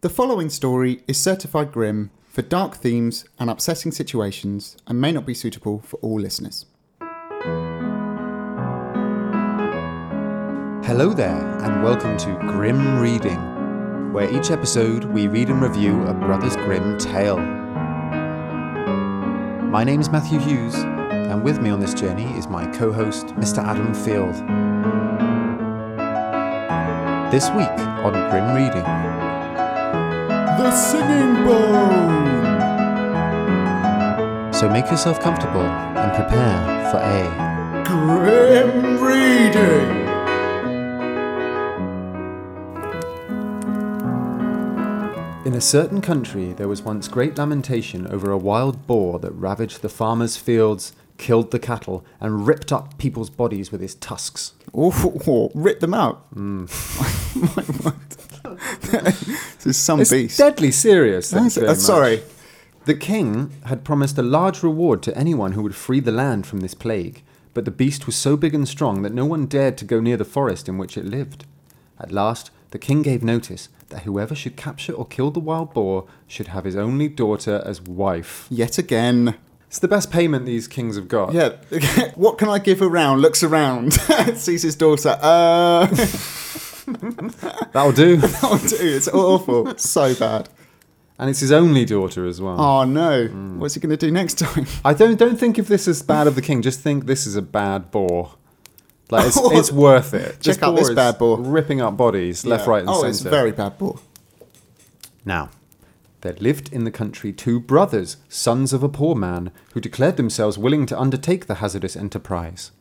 The following story is certified grim for dark themes and upsetting situations and may not be suitable for all listeners. Hello there, and welcome to Grim Reading, where each episode we read and review a Brothers Grimm tale. My name is Matthew Hughes, and with me on this journey is my co host, Mr. Adam Field. This week on Grim Reading, The Singing Bone! so make yourself comfortable and prepare for a. Grim Reading! In a certain country, there was once great lamentation over a wild boar that ravaged the farmers' fields, killed the cattle, and ripped up people's bodies with his tusks. Oh, rip them out. Hmm. My word. this is some It's beast. deadly serious. thank That's- you very uh, sorry. much. The king had promised a large reward to anyone who would free the land from this plague, but the beast was so big and strong that no one dared to go near the forest in which it lived. At last, the king gave notice that whoever should capture or kill the wild boar should have his only daughter as wife. Yet again. It's the best payment these kings have got. Yeah. what can I give around? Looks around. Sees his daughter. Uh, That'll do. oh, dude, it's awful. so bad. and it's his only daughter as well. Oh, no. What's he going to do next time? I don't don't think if this is bad of the king. Just think this is a bad boar. Like it's, Oh. it's worth it. Check out this is bad boar. ripping up bodies left, Yeah. right, and oh, centre. it's a very bad ball. Now, there lived in the country two brothers, sons of a poor man, who declared themselves willing to undertake the hazardous enterprise.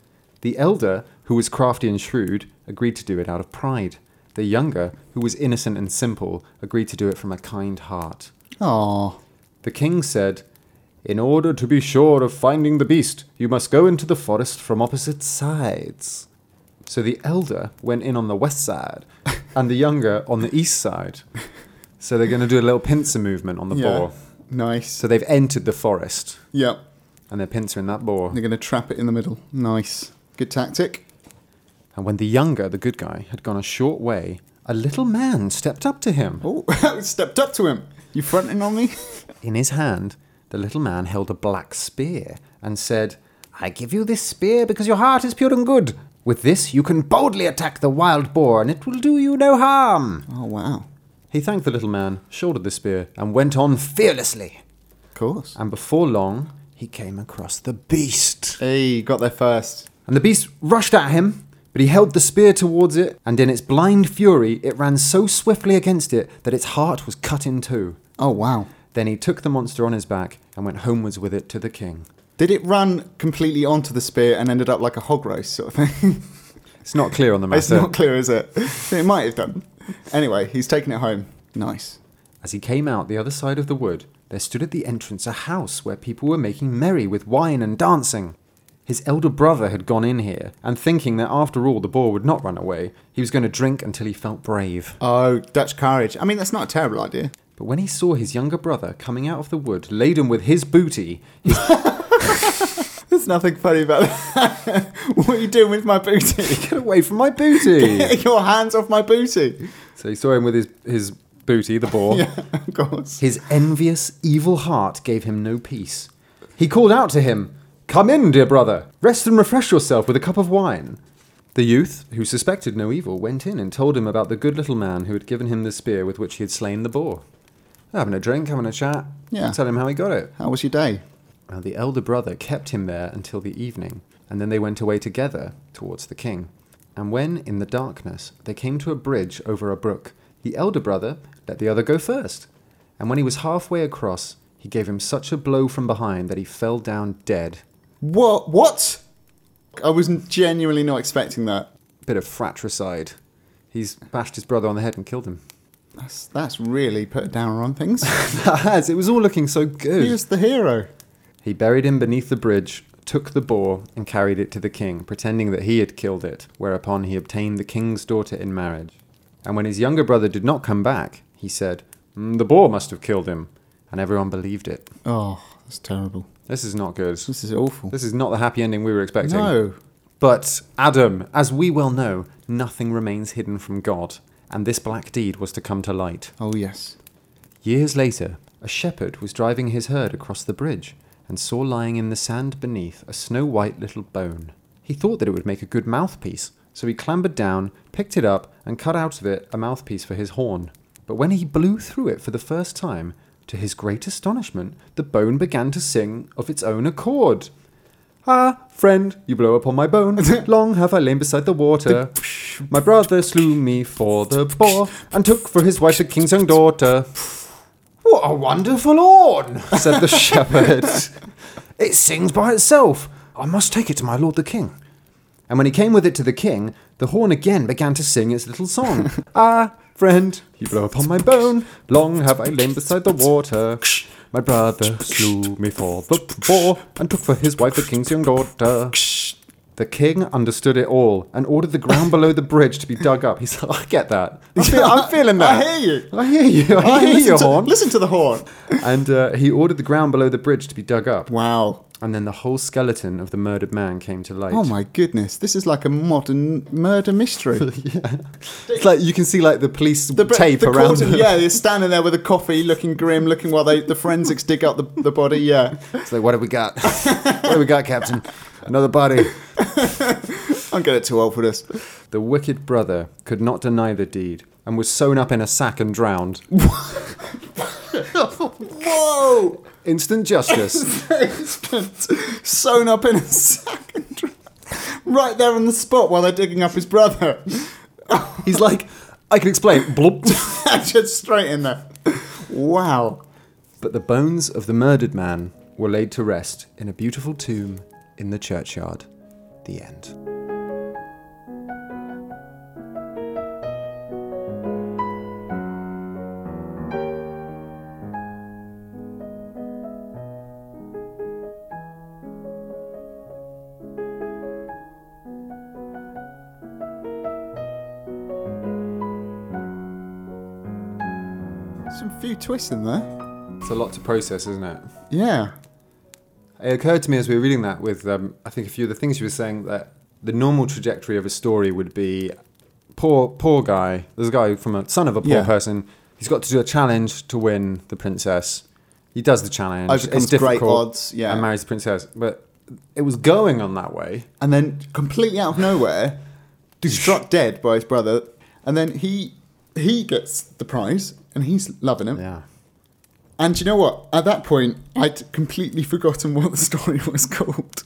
The elder, who was crafty and shrewd, agreed to do it out of pride. The younger, who was innocent and simple, agreed to do it from a kind heart. Oh, The king said, In order to be sure of finding the beast, you must go into the forest from opposite sides. So the elder went in on the west side, and the younger on the east side. So they're going to do a little pincer movement on the yeah. boar. Nice. So they've entered the forest, Yep. and they're pincering that boar. They're going to trap it in the middle. Nice. Good tactic. And when the younger, the good guy, had gone a short way, a little man stepped up to him. Oh, stepped up to him. You fronting on me? In his hand, the little man held a black spear and said, I give you this spear because your heart is pure and good. With this, you can boldly attack the wild boar and it will do you no harm. Oh, wow. He thanked the little man, shouldered the spear, and went on fearlessly. Of course. And before long, he came across the beast. Hey, got there first. And the beast rushed at him, but he held the spear towards it, and in its blind fury, it ran so swiftly against it that its heart was cut in two. Oh, wow. Then he took the monster on his back and went homewards with it to the king. Did it run completely onto the spear and ended up like a hog roast sort of thing? It's not clear on the it's matter. not clear, is it? It might have done. Anyway, he's taking it home. Nice. As he came out the other side of the wood, there stood at the entrance a house where people were making merry with wine and dancing. His elder brother had gone in here, and thinking that after all the boar would not run away, he was going to drink until he felt brave. Oh, Dutch courage. I mean, that's not a terrible idea. But when he saw his younger brother coming out of the wood laden with his booty, his, There's nothing funny about that. what are you doing with my booty? get away from my booty! Get your hands off my booty. so he saw him with his, his booty, the boar. Yeah, of course. His envious, evil heart gave him no peace. He called out to him, Come in, dear brother, rest and refresh yourself with a cup of wine. The youth, who suspected no evil, went in and told him about the good little man who had given him the spear with which he had slain the boar. Having a drink, having a chat, Yeah. tell him how he got it. How was your day? Now the elder brother kept him there until the evening, and then they went away together towards the king. And when, in the darkness, they came to a bridge over a brook, the elder brother let the other go first. And when he was halfway across, he gave him such a blow from behind that he fell down dead. What? What? I was genuinely not expecting that. Bit of fratricide. He's bashed his brother on the head and killed him. That's that's really put down on things. It was all looking so good. he was the hero. He buried him beneath the bridge, took the boar, and carried it to the king, pretending that he had killed it, whereupon he obtained the king's daughter in marriage. And when his younger brother did not come back, he said, "Mm, The boar must have killed him. And everyone believed it. Oh, that's terrible. This is not good. This is awful. This is not the happy ending we were expecting. No. But, Adam, as we well know, nothing remains hidden from God, and this black deed was to come to light. Oh yes. Years later, a shepherd was driving his herd across the bridge and saw lying in the sand beneath a snow white little bone. He thought that it would make a good mouthpiece, so he clambered down, picked it up, and cut out of it a mouthpiece for his horn. But when he blew through it for the first time, to his great astonishment, the bone began to sing of its own accord. Ah, friend, you blow upon my bone. Long have I lain beside the water. My brother slew me for the boar, and took for his wife the king's young daughter. What a wonderful horn, said the shepherd. It sings by itself. I must take it to my lord the king. And when he came with it to the king, the horn again began to sing its little song. ah, friend, you blow upon my bone. Long have I lain beside the water. My brother slew me for the boar, and took for his wife the king's young daughter. The king understood it all and ordered the ground below the bridge to be dug up. He's like, I get that. I feel, I'm feeling that. I hear you. I hear you. I, I hear listen, you, to, horn. listen to the horn. And uh, he ordered the ground below the bridge to be dug up, Wow. and then the whole skeleton of the murdered man came to light. Oh my goodness, this is like a modern murder mystery. It's like you can see like the police The, tape the around. corpse- them. Yeah, they're standing there with a coffee, looking grim, looking while they, the forensics dig up the, the body. Yeah, It's like, what have we got? what have we got, Captain? Another body. I'm getting too old for this. The wicked brother could not deny the deed and was sewn up in a sack and drowned. Whoa! Instant justice. sewn up in a sack and dra- right there on the spot while they're digging up his brother. He's like, I can explain. Blop. Just straight in there. Wow. But the bones of the murdered man were laid to rest in a beautiful tomb in the churchyard. The end. Some few twists in there. It's a lot to process, isn't it? Yeah. It occurred to me as we were reading that with, um, I think, a few of the things you were saying that the normal trajectory of a story would be poor, poor guy. There's a guy from a son of a poor Yeah. person. He's got to do a challenge to win the princess. He does the challenge. Overcomes it's difficult, great odds, yeah. And marries the princess. But it was going on that way. And then completely out of nowhere, struck dead by his brother. And then he he gets the prize and he's loving it. Yeah. And you know what? At that point, I'd completely forgotten what the story was called.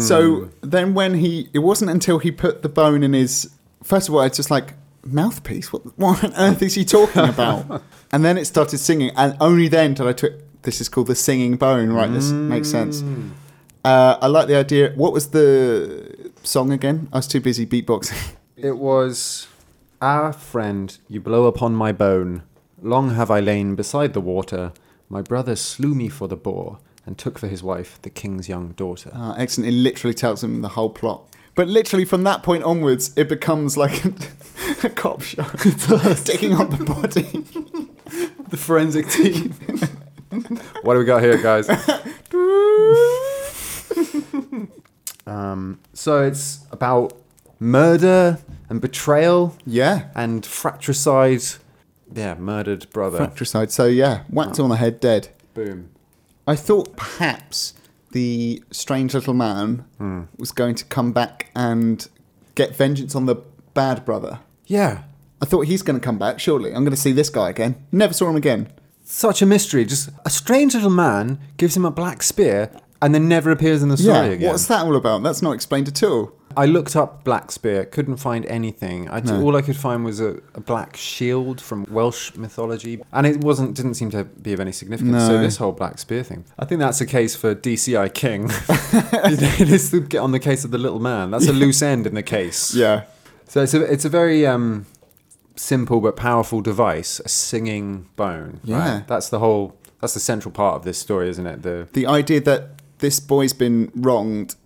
So then, when he, it wasn't until he put the bone in his. First of all, I was just like, mouthpiece? What, what on earth is he talking about? and then it started singing. And only then did I tweet, this is called the singing bone, right? This makes sense. Uh, I like the idea. What was the song again? I was too busy beatboxing. It was, Ah, friend, you blow upon my bone. Long have I lain beside the water. My brother slew me for the boar and took for his wife the king's young daughter. Uh, excellent. It literally tells him the whole plot. But literally from that point onwards, it becomes like a, a cop show, digging up the body. The forensic team. what do we got here, guys? um, so it's about murder and betrayal Yeah. and fratricide. Yeah, murdered brother. Fratricide. So yeah, whacked on the head, dead. Boom. I thought perhaps the strange little man was going to come back and get vengeance on the bad brother. Yeah. I thought he's going to come back, surely. I'm going to see this guy again. Never saw him again. Such a mystery. Just a strange little man gives him a black spear and then never appears in the story yeah. again. What's that all about? That's not explained at all. I looked up black spear, couldn't find anything. I All I could find was a, a black shield from Welsh mythology, and it wasn't didn't seem to be of any significance. So No. this whole black spear thing, I think that's a case for DCI King. it is to get on the case of the little man. That's a loose end in the case. Yeah. So it's a it's a very um, simple but powerful device, a singing bone. Yeah. Right? That's the whole. That's the central part of this story, isn't it? The the idea that this boy's been wronged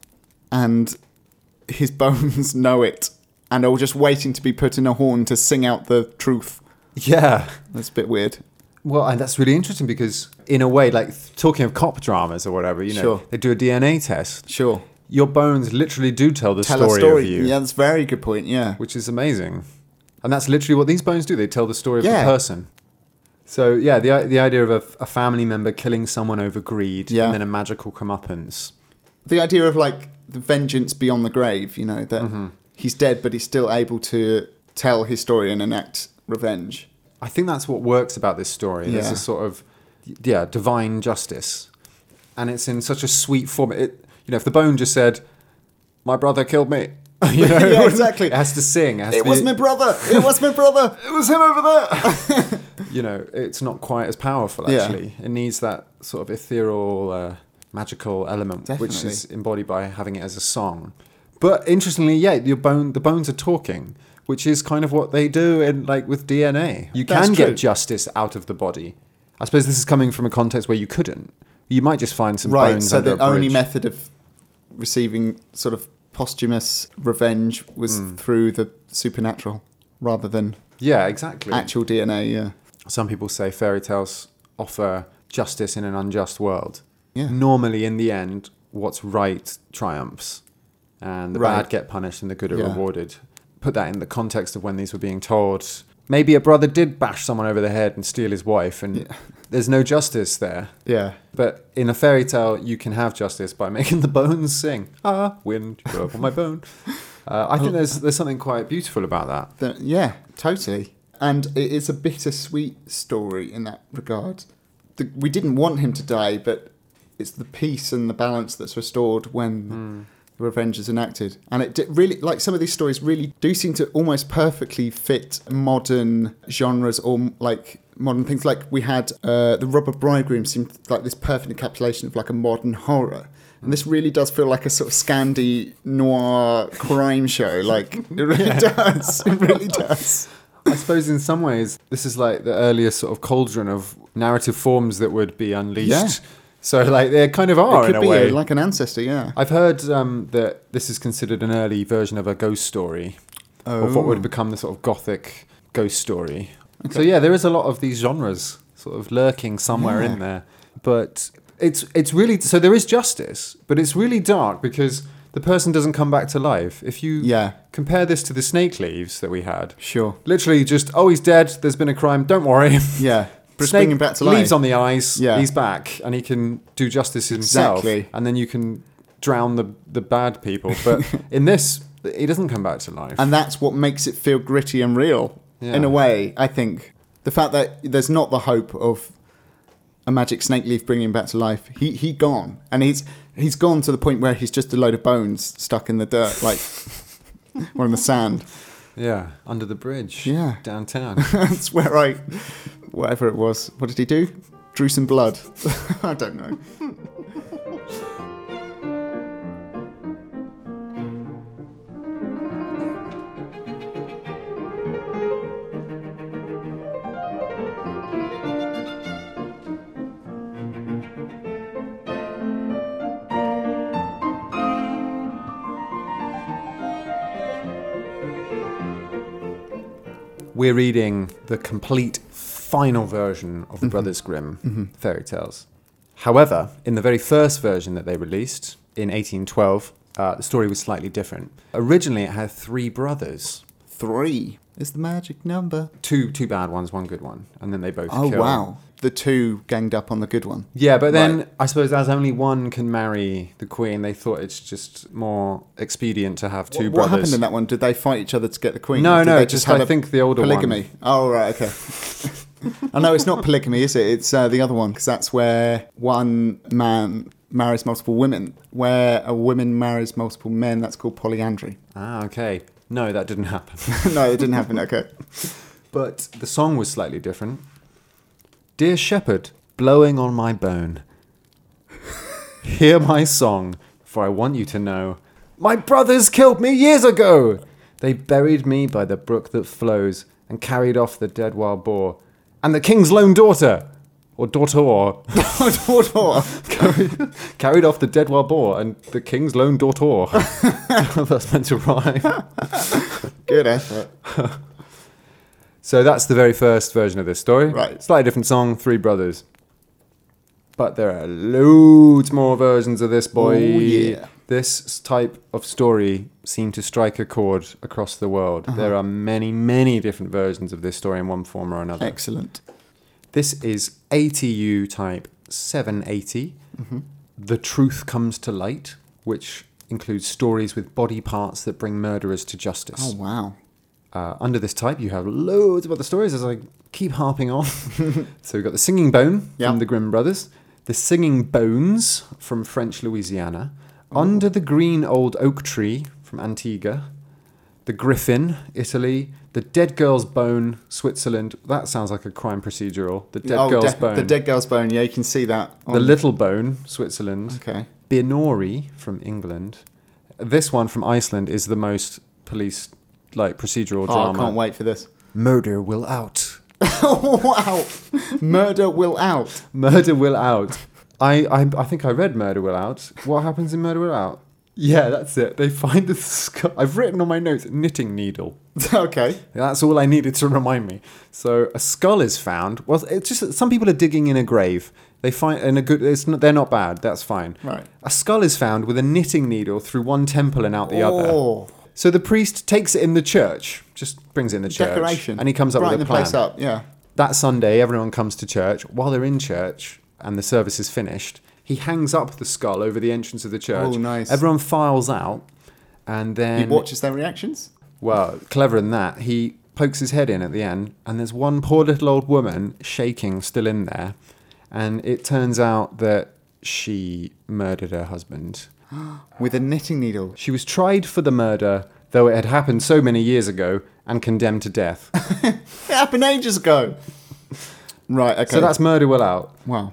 and his bones know it and are just waiting to be put in a horn to sing out the truth. yeah. That's a bit weird. Well, and that's really interesting because, in a way, like th- talking of cop dramas or whatever, you know, Sure. they do a DNA test. Sure. Your bones literally do tell the Tell story, a story. of you, Yeah, that's a very good point. Yeah. which is amazing. And that's literally what these bones do. They tell the story of Yeah. the person. So yeah, the i- the idea of a, a family member killing someone over greed Yeah. and then a magical comeuppance. the idea of like the vengeance beyond the grave, you know, that Mm-hmm. he's dead, but he's still able to tell his story and enact revenge. I think that's what works about this story. There's Yeah. a sort of yeah, divine justice. And it's in such a sweet form. It you know, if the bone just said, My brother killed me you know, Yeah, exactly. It has to sing. It, has It to was be- my brother. It was my brother. it was him over there. you know, it's not quite as powerful Yeah. actually. It needs that sort of ethereal, uh, magical element, which is embodied by having it as a song. But interestingly, yeah, your bone, the bones are talking, which is kind of what they do in like with DNA. You That's can true. get justice out of the body. I suppose this is coming from a context where you couldn't. You might just find some Right. bones So under the a only bridge. method of receiving sort of posthumous revenge was Hmm. through the supernatural rather than yeah, exactly. actual DNA. Yeah. some people say fairy tales offer justice in an unjust world. Yeah. Normally, in the end, what's right triumphs, and the Right. bad get punished and the good are Yeah. rewarded. Put that in the context of when these were being told. Maybe a brother did bash someone over the head and steal his wife, and there's no justice there. Yeah. But in a fairy tale, you can have justice by making the bones sing. Ah, wind, you blow up on my bone. Uh, I think there's there's something quite beautiful about that. The- yeah, totally. And it is a bittersweet story in that regard. The, we didn't want him to die, but it's the peace and the balance that's restored Hmm. when the revenge is enacted. And it di- really, like some of these stories, really do seem to almost perfectly fit modern genres or m- like modern things. Like we had uh, the Rubber Bridegroom seemed like this perfect encapsulation of like a modern horror. And this really does feel like a sort of Scandi noir crime show. Like it really does. It really does. I suppose in some ways this is like the earliest sort of cauldron of narrative forms that would be unleashed. Yeah. So like they kind of are it in could a be way. like an ancestor, yeah. I've heard um, that this is considered an early version of a ghost story, of Oh. what would become the sort of gothic ghost story. So yeah, there is a lot of these genres sort of lurking somewhere Yeah. in there, but it's it's really so there is justice, but it's really dark because the person doesn't come back to life. If you Yeah. compare this to the snake leaves that we had, Sure. Literally, just oh, he's dead. There's been a crime. Don't worry. Yeah. But Snake bringing back to life. leaves on the ice. Yeah. he's back, and he can do justice himself. Exactly. And then you can drown the the bad people. But in this, he doesn't come back to life. and that's what makes it feel gritty and real Yeah. in a way, I think. The fact that there's not the hope of a magic snake leaf bringing him back to life. He he gone. And he's he's gone to the point where he's just a load of bones stuck in the dirt like or in the sand. yeah, under the bridge. Yeah. downtown. That's where I whatever it was. What did he do? Drew some blood. I don't know. We're reading the complete final version Mm-hmm. of the Brothers Grimm fairy tales. However, in the very first version that they released in 1812, uh, the story was slightly different. Originally, it had three brothers. Three is the magic number. Two, two bad ones, one good one, and then they both. Oh kill. wow. The two ganged up on the good one. Yeah, but then Right. I suppose as only one can marry the queen, they thought it's just more expedient to have two what, brothers. What happened in that one? Did they fight each other to get the queen? No, Or did no, they just have I a think the older one. polygamy. Oh right, okay. I know it's not polygamy, is it? It's uh, the other one because that's where one man marries multiple women. Where a woman marries multiple men, that's called polyandry. Ah, okay. No, that didn't happen. no, it didn't happen. Okay. But the song was slightly different. Dear shepherd, blowing on my bone, hear my song, for I want you to know. My brothers killed me years ago! They buried me by the brook that flows and carried off the dead wild boar and the king's lone daughter, or daughter, What or? carried off the dead wild boar and the king's lone daughter. That's meant to rhyme. Good effort. So that's the very first version of this story. Right. Slightly different song, Three Brothers. But there are loads more versions of this boy. Oh, yeah. This type of story seemed to strike a chord across Uh-huh. the world. There are many, many different versions of this story in one form or another. Excellent. This is ATU type 780. Mm-hmm. The Truth Comes to Light, which includes stories with body parts that bring murderers to justice Oh wow. uh, under this type, you have loads of other stories, as I keep harping on. so we've got The Singing Bone Yeah. from the Grimm Brothers, The Singing Bones from French Louisiana, Under the Green Old Oak Tree from Antigua, The Griffin, Italy, The Dead Girl's Bone, Switzerland. That sounds like a crime procedural. The Dead oh, Girl's de- Bone. The dead girl's bone. Yeah, you can see that. The on- Little Bone, Switzerland. Okay. Binori from England. This one from Iceland is the most police like procedural Oh, I drama. can't wait for this. Murder will out. wow. Murder will out. Murder will out. I, I I think I read Murder Will Out. What happens in Murder Will Out? Yeah, that's it. They find the skull. I've written on my notes knitting needle. okay. That's all I needed to remind me. So a skull is found. Well, it's just that some people are digging in a grave. They find in a good. It's not, they're not bad. That's fine. Right. A skull is found with a knitting needle through one temple and out the other. Oh, So the priest takes it in the church, just brings it in the church, decoration. and he comes up Brighten with a the plan. place up. Yeah. That Sunday, everyone comes to church. While they're in church and the service is finished, he hangs up the skull over the entrance of the church. Oh, nice. Everyone files out, and then He watches their reactions. well, clever in that he pokes his head in at the end, and there's one poor little old woman shaking, still in there, and it turns out that she murdered her husband. With a knitting needle. She was tried for the murder, though it had happened so many years ago, and condemned to death. It happened ages ago. Right. Okay. So that's Murder Will Out, wow.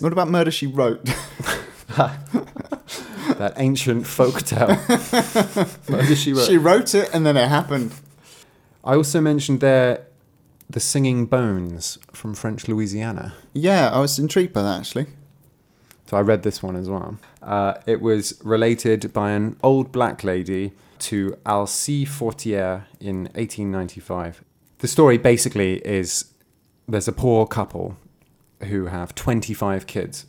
What about murder? She wrote. that ancient folktale. murder she wrote. she wrote it, and then it happened. I also mentioned there The Singing Bones from French Louisiana. Yeah, I was intrigued by that actually. So I read this one as well. Uh, it was related by an old black lady to Alcee Fortier in 1895. The story basically is there's a poor couple who have 25 kids.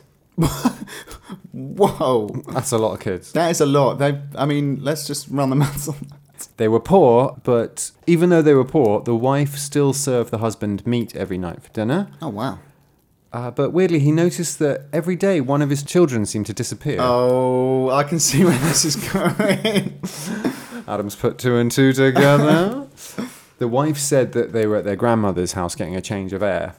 Whoa, That's a lot of kids. that is a lot. They, I mean, let's just run the maths on that. They were poor, but even though they were poor, the wife still served the husband meat every night for dinner. Oh wow. Uh, but weirdly, he noticed that every day one of his children seemed to disappear. Oh, I can see where this is going. Adam's put two and two together. the wife said that they were at their grandmother's house getting a change of air.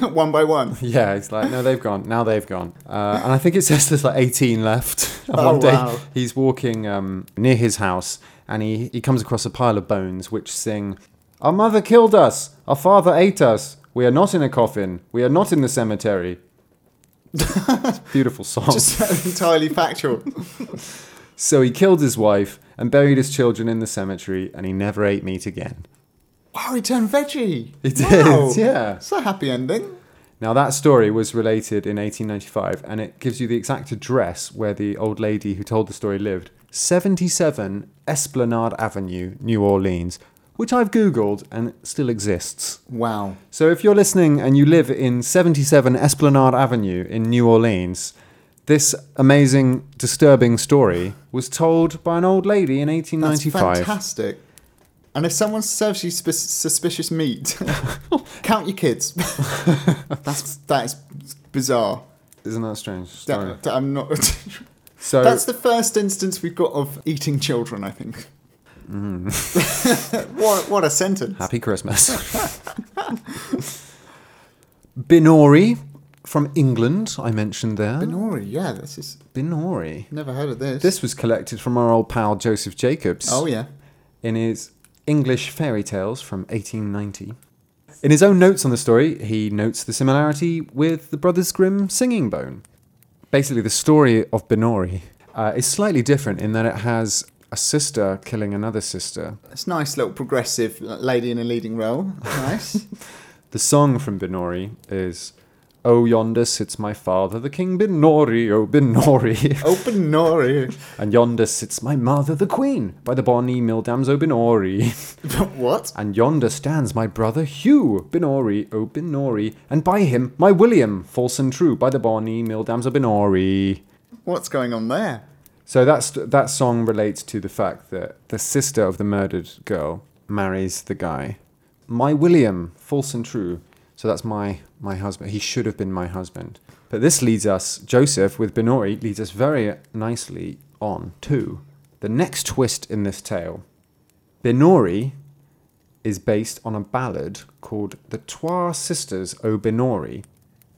one by one. Yeah, it's like, no, they've gone. Now they've gone. Uh, and I think it says there's like 18 left. And Oh, One day wow. he's walking um, near his house and he, he comes across a pile of bones which sing, Our mother killed us. Our father ate us. We are not in a coffin. We are not in the cemetery. It's a beautiful song. Just entirely factual. So he killed his wife and buried his children in the cemetery and he never ate meat again. Wow, he turned veggie. He did, Wow. yeah. It's a happy ending. Now that story was related in 1895, and it gives you the exact address where the old lady who told the story lived: 77 Esplanade Avenue, New Orleans, which I've googled and still exists. Wow. So if you're listening and you live in 77 Esplanade Avenue in New Orleans, this amazing, disturbing story was told by an old lady in That's 1895. fantastic. And if someone serves you sp- suspicious meat, count your kids. That's that is bizarre. Isn't that a strange? That- Story? that I'm not. So That's the first instance we've got of eating children. I think. Mm. what what a sentence! Happy Christmas. Binori from England, I mentioned there. Benori, yeah, this is Binori. never heard of this. This was collected from our old pal Joseph Jacobs oh yeah, in his English Fairy Tales from 1890. In his own notes on the story, he notes the similarity with the Brothers Grimm singing bone. Basically, the story of Binori uh, is slightly different in that it has a sister killing another sister, it's a nice little progressive lady in a leading role. Nice. The song from Binori is Oh yonder sits my father, the king Binori, oh Binori. oh Benori, and yonder sits my mother, the queen, by the bonny mill dams, oh Binori. what? and yonder stands my brother Hugh, Binori, oh Binori. And by him my William, false and true, by the bonny mill dams, oh Binori. What's going on there? So that's, that song relates to the fact that the sister of the murdered girl marries the guy. My William, false and true. So that's my my husband. He should have been my husband. But this leads us, Joseph with Benori, leads us very nicely on to the next twist in this tale. Benori is based on a ballad called The Trois Sisters O Benori.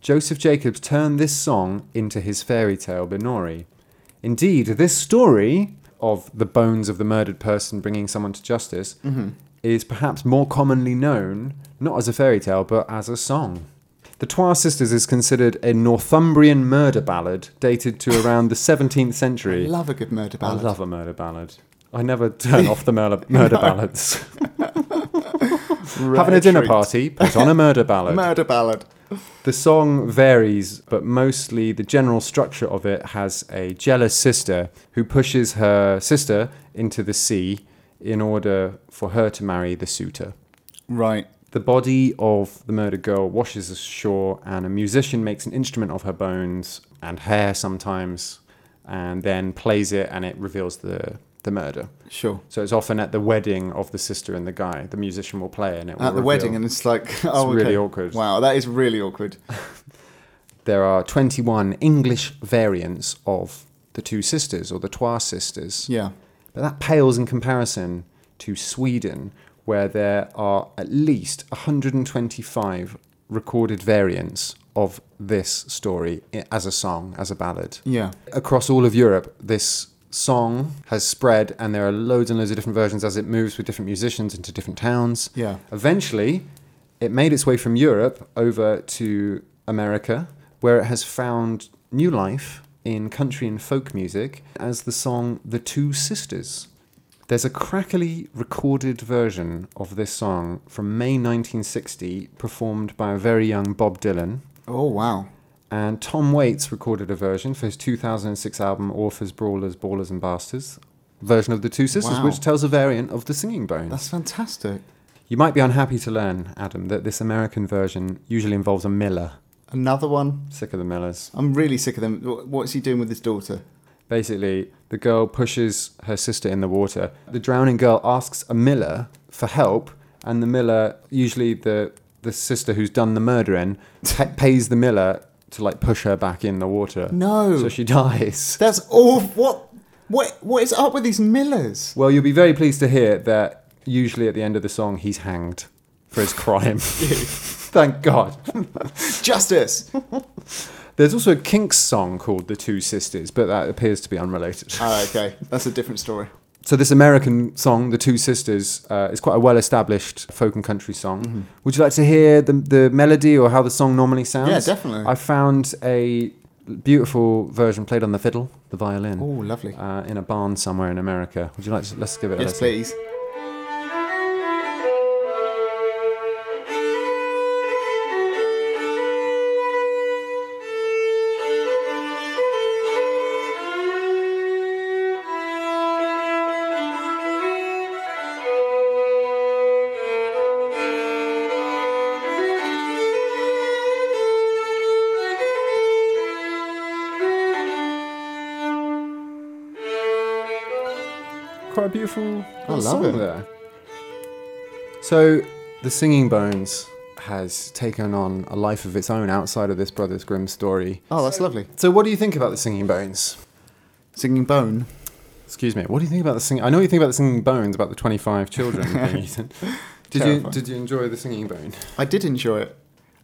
Joseph Jacobs turned this song into his fairy tale Benori. Indeed, this story of the bones of the murdered person bringing someone to justice is perhaps more commonly known not as a fairy tale but as a song. The Trois Sisters is considered a Northumbrian murder ballad dated to around the 17th century. Love a good murder ballad. I love a murder ballad. I never turn off the murder, murder ballads. Rare Having a dinner treat. party, put on a murder ballad. Murder ballad. the song varies, but mostly the general structure of it has a jealous sister who pushes her sister into the sea in order for her to marry the suitor. Right. The body of the murdered girl washes ashore, and a musician makes an instrument of her bones and hair sometimes, and then plays it, and it reveals the, the murder. Sure. So it's often at the wedding of the sister and the guy. The musician will play, and it will At the reveal- wedding, and it's like, oh, okay. really awkward. Wow, that is really awkward. there are 21 English variants of the two sisters or the Trois sisters. Yeah. But that pales in comparison to Sweden, where there are at least 125 recorded variants of this story i- as a song, as a ballad. Yeah. Across all of Europe, this song has spread, and there are loads and loads of different versions as it moves with different musicians into different towns. Yeah. Eventually, it made its way from Europe over to America, where it has found new life in country and folk music as the song The Two Sisters. There's a crackly recorded version of this song from May 1960, performed by a very young Bob Dylan. Oh, wow. And Tom Waits recorded a version for his 2006 album Authors, Brawlers, Ballers and Bastards, version of The Two Sisters, Wow. which tells a variant of The Singing Bones. That's fantastic. You might be unhappy to learn, Adam, that this American version usually involves a miller. Another one. Sick of the millers. I'm really sick of them. Wh- What's he doing with his daughter? Basically, the girl pushes her sister in the water. The drowning girl asks a miller for help, and the miller, usually the the sister who's done the murdering, ta pays the miller to like push her back in the water. No. So she dies. That's all. What? What? What is up with these Millers? Well, you'll be very pleased to hear that usually at the end of the song he's hanged for his crime. Thank God. Justice. There's also a Kinks song called The Two Sisters, but that appears to be unrelated. Ah, okay, that's a different story. So, this American song, The Two Sisters, uh, is quite a well established folk and country song. Mm-hmm. Would you like to hear the, the melody or how the song normally sounds? Yeah, definitely. Um, I found a beautiful version played on the fiddle, the violin, Oh, lovely. uh, in a barn somewhere in America. Would you like to? Let's give it a yes, listen. please. quite a beautiful I love song it. there. So the Singing Bones has taken on a life of its own outside of this Brothers Grimm story. Oh, that's lovely. So what do you think about the Singing Bones? Singing bone. Excuse me. What do you think about the singing? I know what you think about the Singing Bones about the twenty-five children being eaten. Did you Terrifying. did you enjoy the Singing Bone? I did enjoy it.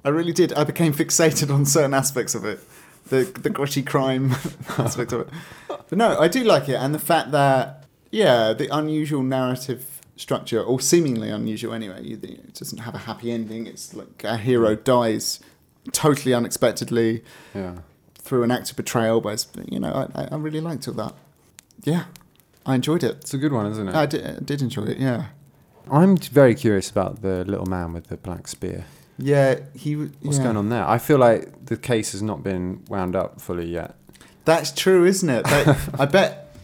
I really did. I became fixated on certain aspects of it, the the gritty crime aspect of it. But no, I do like it, and the fact that yeah, the unusual narrative structure, or seemingly unusual anyway, you, it doesn't have a happy ending. It's like our hero dies totally unexpectedly Yeah. through an act of betrayal, but it's, you know, I, I- I really liked all that. Yeah, I enjoyed it. It's a good one, isn't it? I did, I did enjoy it. Yeah, I'm very curious about the little man with the black spear. yeah. He was What's going on there? I feel like the case has not been wound up fully yet. That's true, isn't it? They, I bet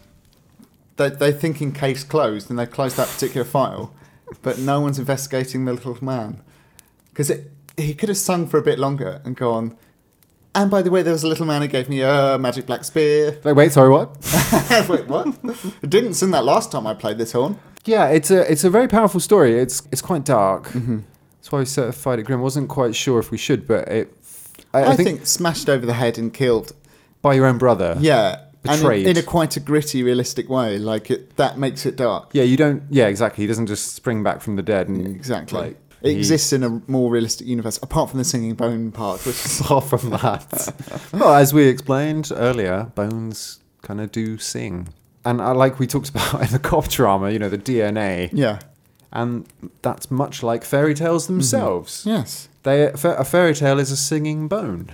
they, they think in case closed and they close that particular file, but no one's investigating the little man. Because he could have sung for a bit longer and gone, and by the way, there was a little man who gave me a magic black spear. Like, wait, sorry, what? Wait, what? I didn't sing that last time I played this horn. Mm-hmm. Yeah, it's a it's a very powerful story. It's it's quite dark. It's why we certified it grim. Wasn't quite sure if we should, but it. I, I I think, think smashed over the head and killed. by your own brother. Yeah. And in- Betrayed. in, a quite a gritty, realistic way, like it, that makes it dark. Yeah, you don't. Yeah, exactly. He doesn't just spring back from the dead and Exactly. Like, it he- exists in a more realistic universe, apart from the singing bone part, which is Far from that. well, as we explained earlier, bones kind of do sing, and uh, like we talked about in the cop drama, you know, the DNA, yeah, and that's much like fairy tales themselves. yes, They a fa- a fairy tale is a singing bone.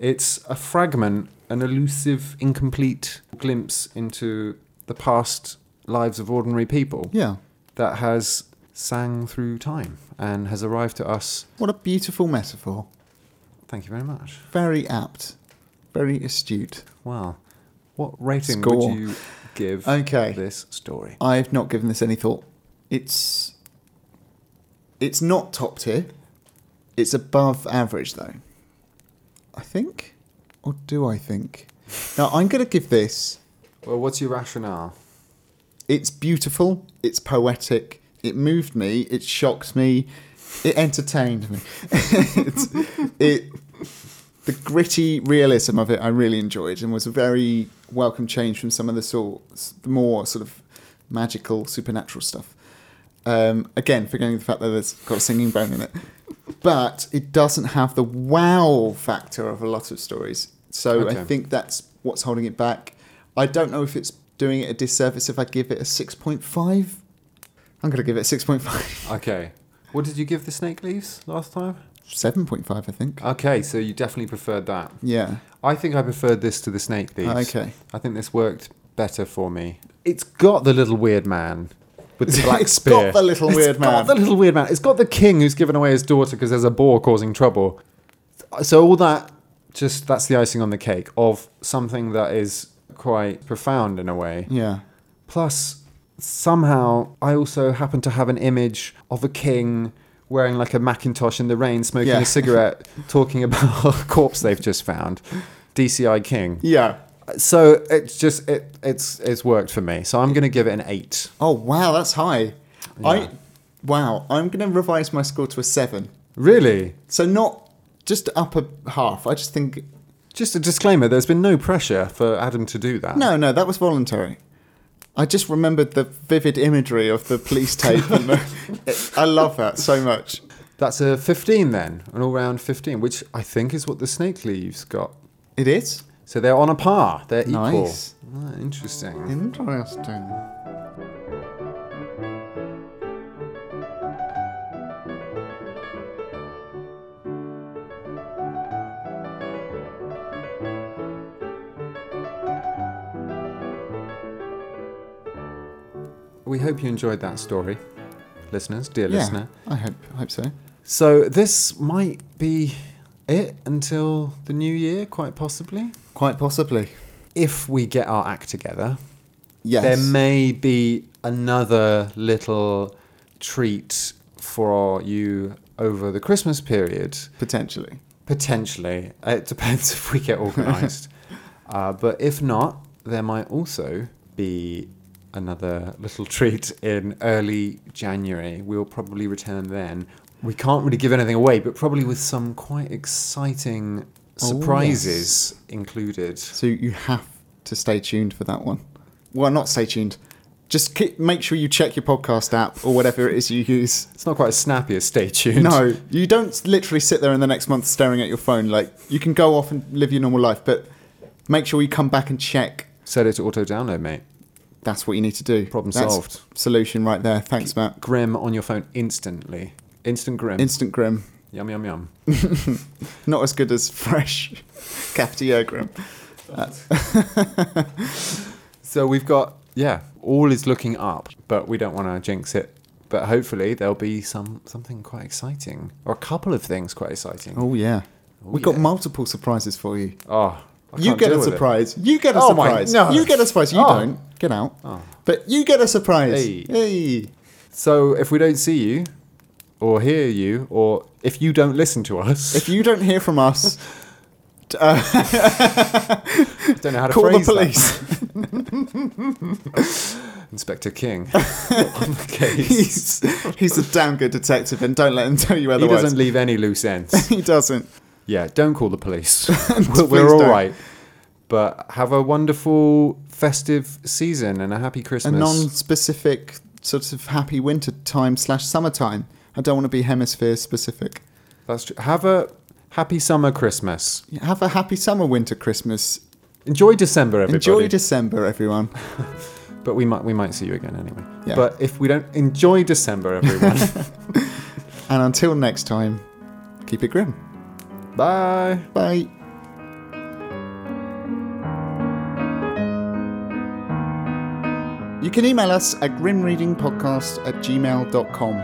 It's a fragment, an elusive, incomplete glimpse into the past lives of ordinary people yeah. that has sang through time and has arrived to us. What a beautiful metaphor. Thank you very much. Very apt. Very astute. Wow. What rating Score. would you give Okay. this story? I've not given this any thought. It's it's not top tier. It's above average though. I think, or do I think? Now I'm going to give this. Well, what's your rationale? It's beautiful. It's poetic. It moved me. It shocked me. It entertained me. it, it the gritty realism of it I really enjoyed and was a very welcome change from some of the sorts the more sort of magical supernatural stuff. Um, again, forgetting the fact that there's got a singing bone in it, but it doesn't have the wow factor of a lot of stories. So I Okay. think that's what's holding it back. I don't know if it's doing it a disservice if I give it a six point five. I'm going to give it a 6.5. Okay. What did you give the snake leaves last time? 7.5, I think. Okay, so you definitely preferred that. Yeah. I think I preferred this to the snake leaves. Okay. I think this worked better for me. It's got the little weird man with the black It's spear. got the little weird It's man. got the little weird man. It's got the king who's given away his daughter because there's a boar causing trouble. So all that just that's the icing on the cake of something that is quite profound in a way. Yeah. Plus, somehow, I also happen to have an image of a king wearing like a Macintosh in the rain, smoking Yeah. a cigarette, talking about a corpse they've just found. DCI King. Yeah. So it's just it it's it's worked for me. So I'm gonna give it an eight. Oh wow, that's high. I wow, I'm gonna revise my score to a seven. Really? So not just up a half. I just think Just a disclaimer, there's been no pressure for Adam to do that. no, no, that was voluntary. I just remembered the vivid imagery of the police tape. and the, I love that so much. That's a fifteen then, an all round fifteen, which I think is what the snake leaves got. It is So they're on a par. They're equal. Nice. Ah, interesting. interesting. We hope you enjoyed that story, listeners, dear Yeah, listener. I hope, I hope so. So this might be it until the new year, quite possibly. Quite possibly. If we get our act together, Yes. there may be another little treat for you over the Christmas period, potentially. potentially. It depends if we get organised. uh, but if not, there might also be another little treat in early January. We'll probably return then. We can't really give anything away, but probably with some quite exciting Oh, surprises included. So you have to stay tuned for that one. Well, not stay tuned. Just keep, make sure you check your podcast app or whatever it is you use. It's not quite as snappy as stay tuned. No, you don't literally sit there in the next month staring at your phone. Like you can go off and live your normal life, but make sure you come back and check. Set it to auto download, mate. That's what you need to do. Problem That's solved. Solution right there. Thanks, Matt. Grim on your phone instantly. Instant grim. Instant grim. yum, yum, yum. Not as good as fresh cafetiere grim. So we've got, yeah, all is looking up, but we don't want to jinx it. But hopefully there'll be some something quite exciting, or a couple of things quite exciting. Oh, Oh yeah. Oh, We've got yeah. multiple surprises for you. Ah, I You can't get deal a with it. surprise. You get a Oh my- surprise. no. You get a surprise. You Oh. don't. Get out. Oh. But you get a surprise. Hey. hey. So if we don't see you, or hear you, or if you don't listen to us, If you don't hear from us, I don't know how to Call the phrase that. police. Inspector King on the case. he's, he's a damn good detective, and don't let him tell you He otherwise. doesn't leave any loose ends. He doesn't. yeah, don't call the police. Please we're we're all don't. right. But have a wonderful festive season and a happy A Christmas. non-specific sort of happy winter time slash summertime. I don't want to be hemisphere specific. That's true. Have a happy summer Christmas. Have a happy summer, winter, Christmas. Enjoy December, everybody. Enjoy December, everyone. but we might we might see you again anyway. Yeah. But if we don't enjoy December, everyone. And until next time, keep it grim. Bye. Bye. You can email us at grimreadingpodcast at gmail.com.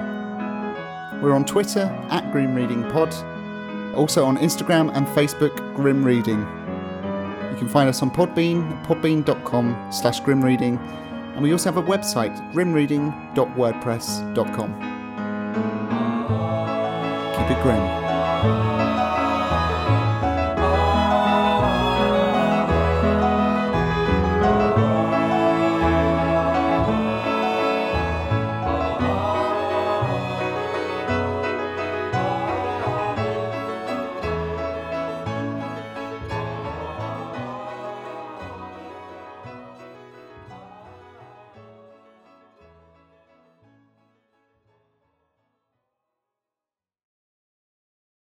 We're on Twitter at grimreadingpod, also on Instagram and Facebook, Grim Reading. You can find us on Podbean, podbean.com slash grimreading, and we also have a website, grimreading.wordpress.com. Keep it grim.